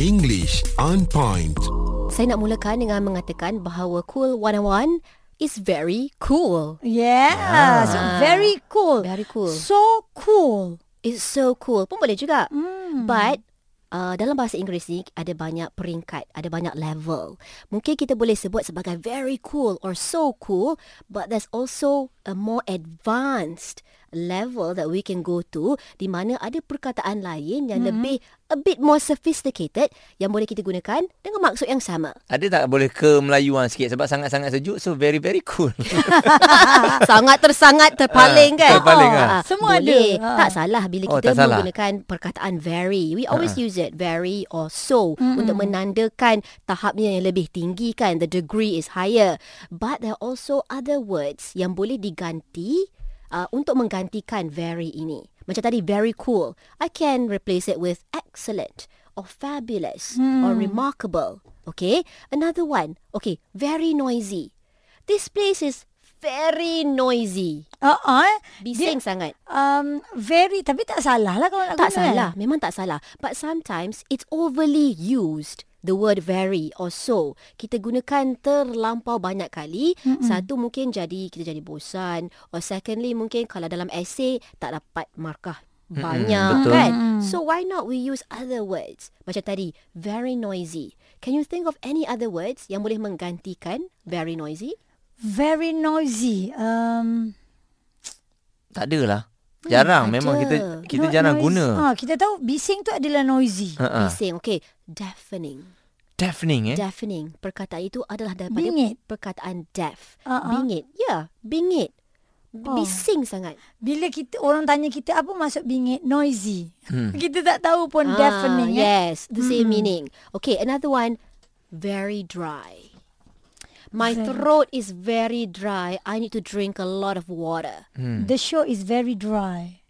English on point. Saya nak mulakan dengan mengatakan bahawa Cool 101 is very cool. Yes. Ah. Very cool. Very cool. So cool. It's so cool pun boleh juga. Mm. But Uh, dalam bahasa Inggeris ni ada banyak peringkat, ada banyak level. Mungkin kita boleh sebut sebagai very cool or so cool, but there's also a more advanced level that we can go to di mana ada perkataan lain yang mm-hmm. lebih a bit more sophisticated yang boleh kita gunakan dengan maksud yang sama. Ada tak boleh ke Melayuan sikit sebab sangat-sangat sejuk so very very cool. sangat tersangat terpaling Ah, kan terpaling, ah. Ah, Semua boleh. ada. Ah. tak salah bila Oh, kita tak salah. menggunakan perkataan very we always use it very or so untuk menandakan tahapnya yang lebih tinggi kan the degree is higher but there are also other words yang boleh diganti uh, untuk menggantikan very ini macam tadi very cool i can replace it with excellent or fabulous or remarkable okay another one okay very noisy this place is very noisy Uh-uh. eh. bising sangat um, very, tapi tak salah lah kalau nak Tak guna. salah, memang tak salah. But sometimes it's overly used. The word very or so kita gunakan terlampau banyak kali. Mm-hmm. Satu mungkin jadi kita jadi bosan or secondly mungkin kalau dalam essay tak dapat markah banyak betul. kan. So why not we use other words? Macam tadi very noisy. Can you think of any other words yang boleh menggantikan very noisy? Very noisy. Um, tak adalah. Hmm, ada. Oh. Jarang memang kita kita no- jarang noise- guna. Ha, kita tahu bising tu adalah noisy. Ha. Bising. Okay, deafening. Deafening eh. Deafening. Perkataan itu adalah daripada Bingit. perkataan deaf. Ah, ah. Bingit. Ya, yeah, bingit. B- Oh. Bising sangat. Bila kita orang tanya kita apa maksud bingit noisy. Hmm. kita tak tahu pun Ah, deafening. Eh. Yes, the same meaning. Okay, another one. Very dry. My throat is very dry. I need to drink a lot of water. Hmm. The show is very dry.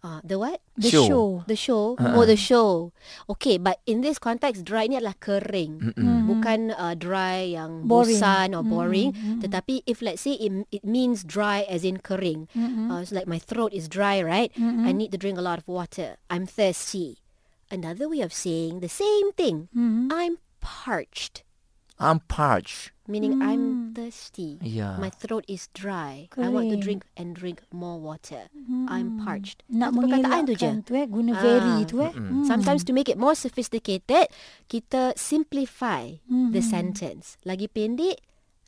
Uh, the what? The Show. show. The show uh-huh. Oh the show Okay but in this context Dry ni adalah kering mm-hmm. Bukan uh, dry yang Boring. bosan or boring mm-hmm. Tetapi if let's say It, it means dry as in kering mm-hmm. uh, so Like my throat is dry right mm-hmm. I need to drink a lot of water I'm thirsty Another way of saying The same thing mm-hmm. I'm parched I'm parched. Meaning I'm thirsty. Yeah. My throat is dry. I want to Kering. drink and drink more water. I'm parched. Nak Satu perkataan tu je. mengelakkan tu eh. Guna very Ah. tu eh. Mm. Sometimes to make it more sophisticated, kita simplify the sentence. Lagi pendek,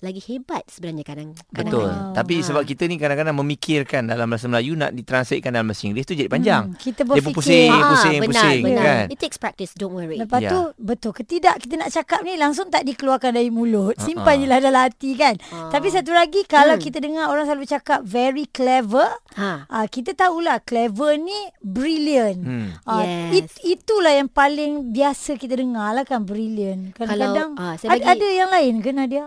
lagi hebat sebenarnya kadang Betul. kadang-kadang. Ah. Tapi sebab kita ni kadang-kadang memikirkan dalam bahasa Melayu nak ditranslatekan dalam bahasa Inggeris tu jadi panjang. Hmm, kita Dia berfikir. pun pusing, Ah, pusing, benar, pusing benar. kan. It takes practice, don't worry. Lepas Ya. tu betul ke tidak kita nak cakap ni langsung tak dikeluarkan dari mulut. Simpan je lah dalam hati kan. Ah. Tapi satu lagi Hmm. kalau kita dengar orang selalu cakap very clever. Ha. Ah kita tahulah clever ni brilliant. Hmm. Ah, Yes. it, itulah yang paling biasa kita dengar lah kan brilliant. Kadang-kadang ah, saya bagi- ada, ada yang lain ke Nadia?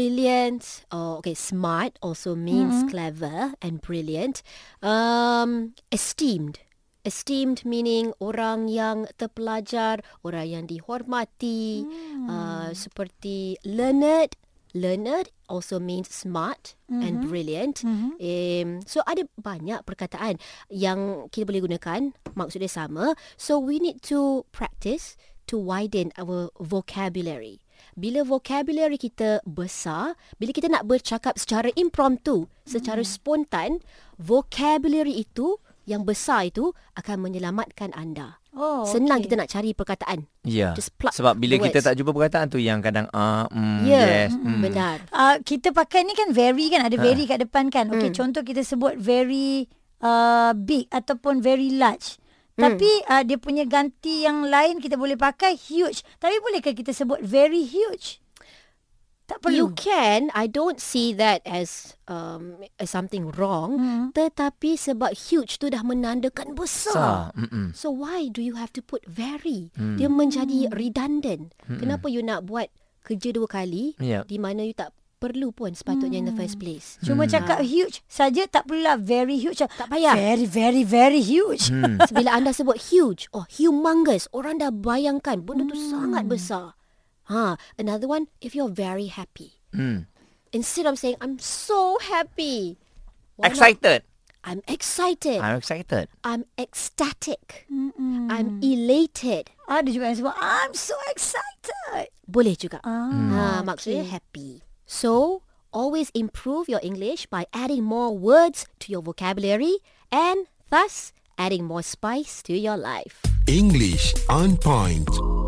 Brilliant or okay, smart also means clever and brilliant. Um, esteemed. Esteemed meaning orang yang terpelajar, orang yang dihormati, uh, seperti learned. Learned also means smart and brilliant. Um, so ada banyak perkataan yang kita boleh gunakan maksudnya sama. So we need to practice to widen our vocabulary. Bila vocabulary kita besar, bila kita nak bercakap secara impromptu, secara spontan, vocabulary itu yang besar itu akan menyelamatkan anda. Oh, Senang kita nak cari perkataan. Ya. Just pluck Sebab bila the kita words. Ya. Hmm, tak jumpa perkataan tu yang kadang ah mm, yes. Mm. benar. Uh, kita pakai ni kan very kan ada very kat depan kan. Okey contoh kita sebut very uh, big ataupun very large. Tapi uh, dia punya ganti yang lain kita boleh pakai huge. Tapi bolehkah kita sebut very huge? Tak You perlu. can, I don't see that as um, as something wrong. Hmm. Tetapi sebab huge tu dah menandakan besar. Besar. Mm-mm. So why do you have to put very? Hmm. Dia menjadi redundant. Hmm. Ya. Kenapa you nak buat kerja dua kali Yep. di mana you tak perlu pun sepatutnya hmm. in the first place. Cuma cakap huge saja tak perlulah very huge. Tak payah. Very very very huge. Hmm. Bila anda sebut huge or humongous, orang dah bayangkan benda tu sangat besar. Ha, another one if you're very happy. Hmm. Instead of saying I'm so happy, why not, Eh. Excited. I'm excited. I'm excited. I'm ecstatic. Mm-mm. I'm elated. Ada Ah, juga yang sebut I'm so excited. Boleh juga. Ah, Ha, maksudnya happy. So, always improve your English by adding more words to your vocabulary and thus adding more spice to your life. English on point.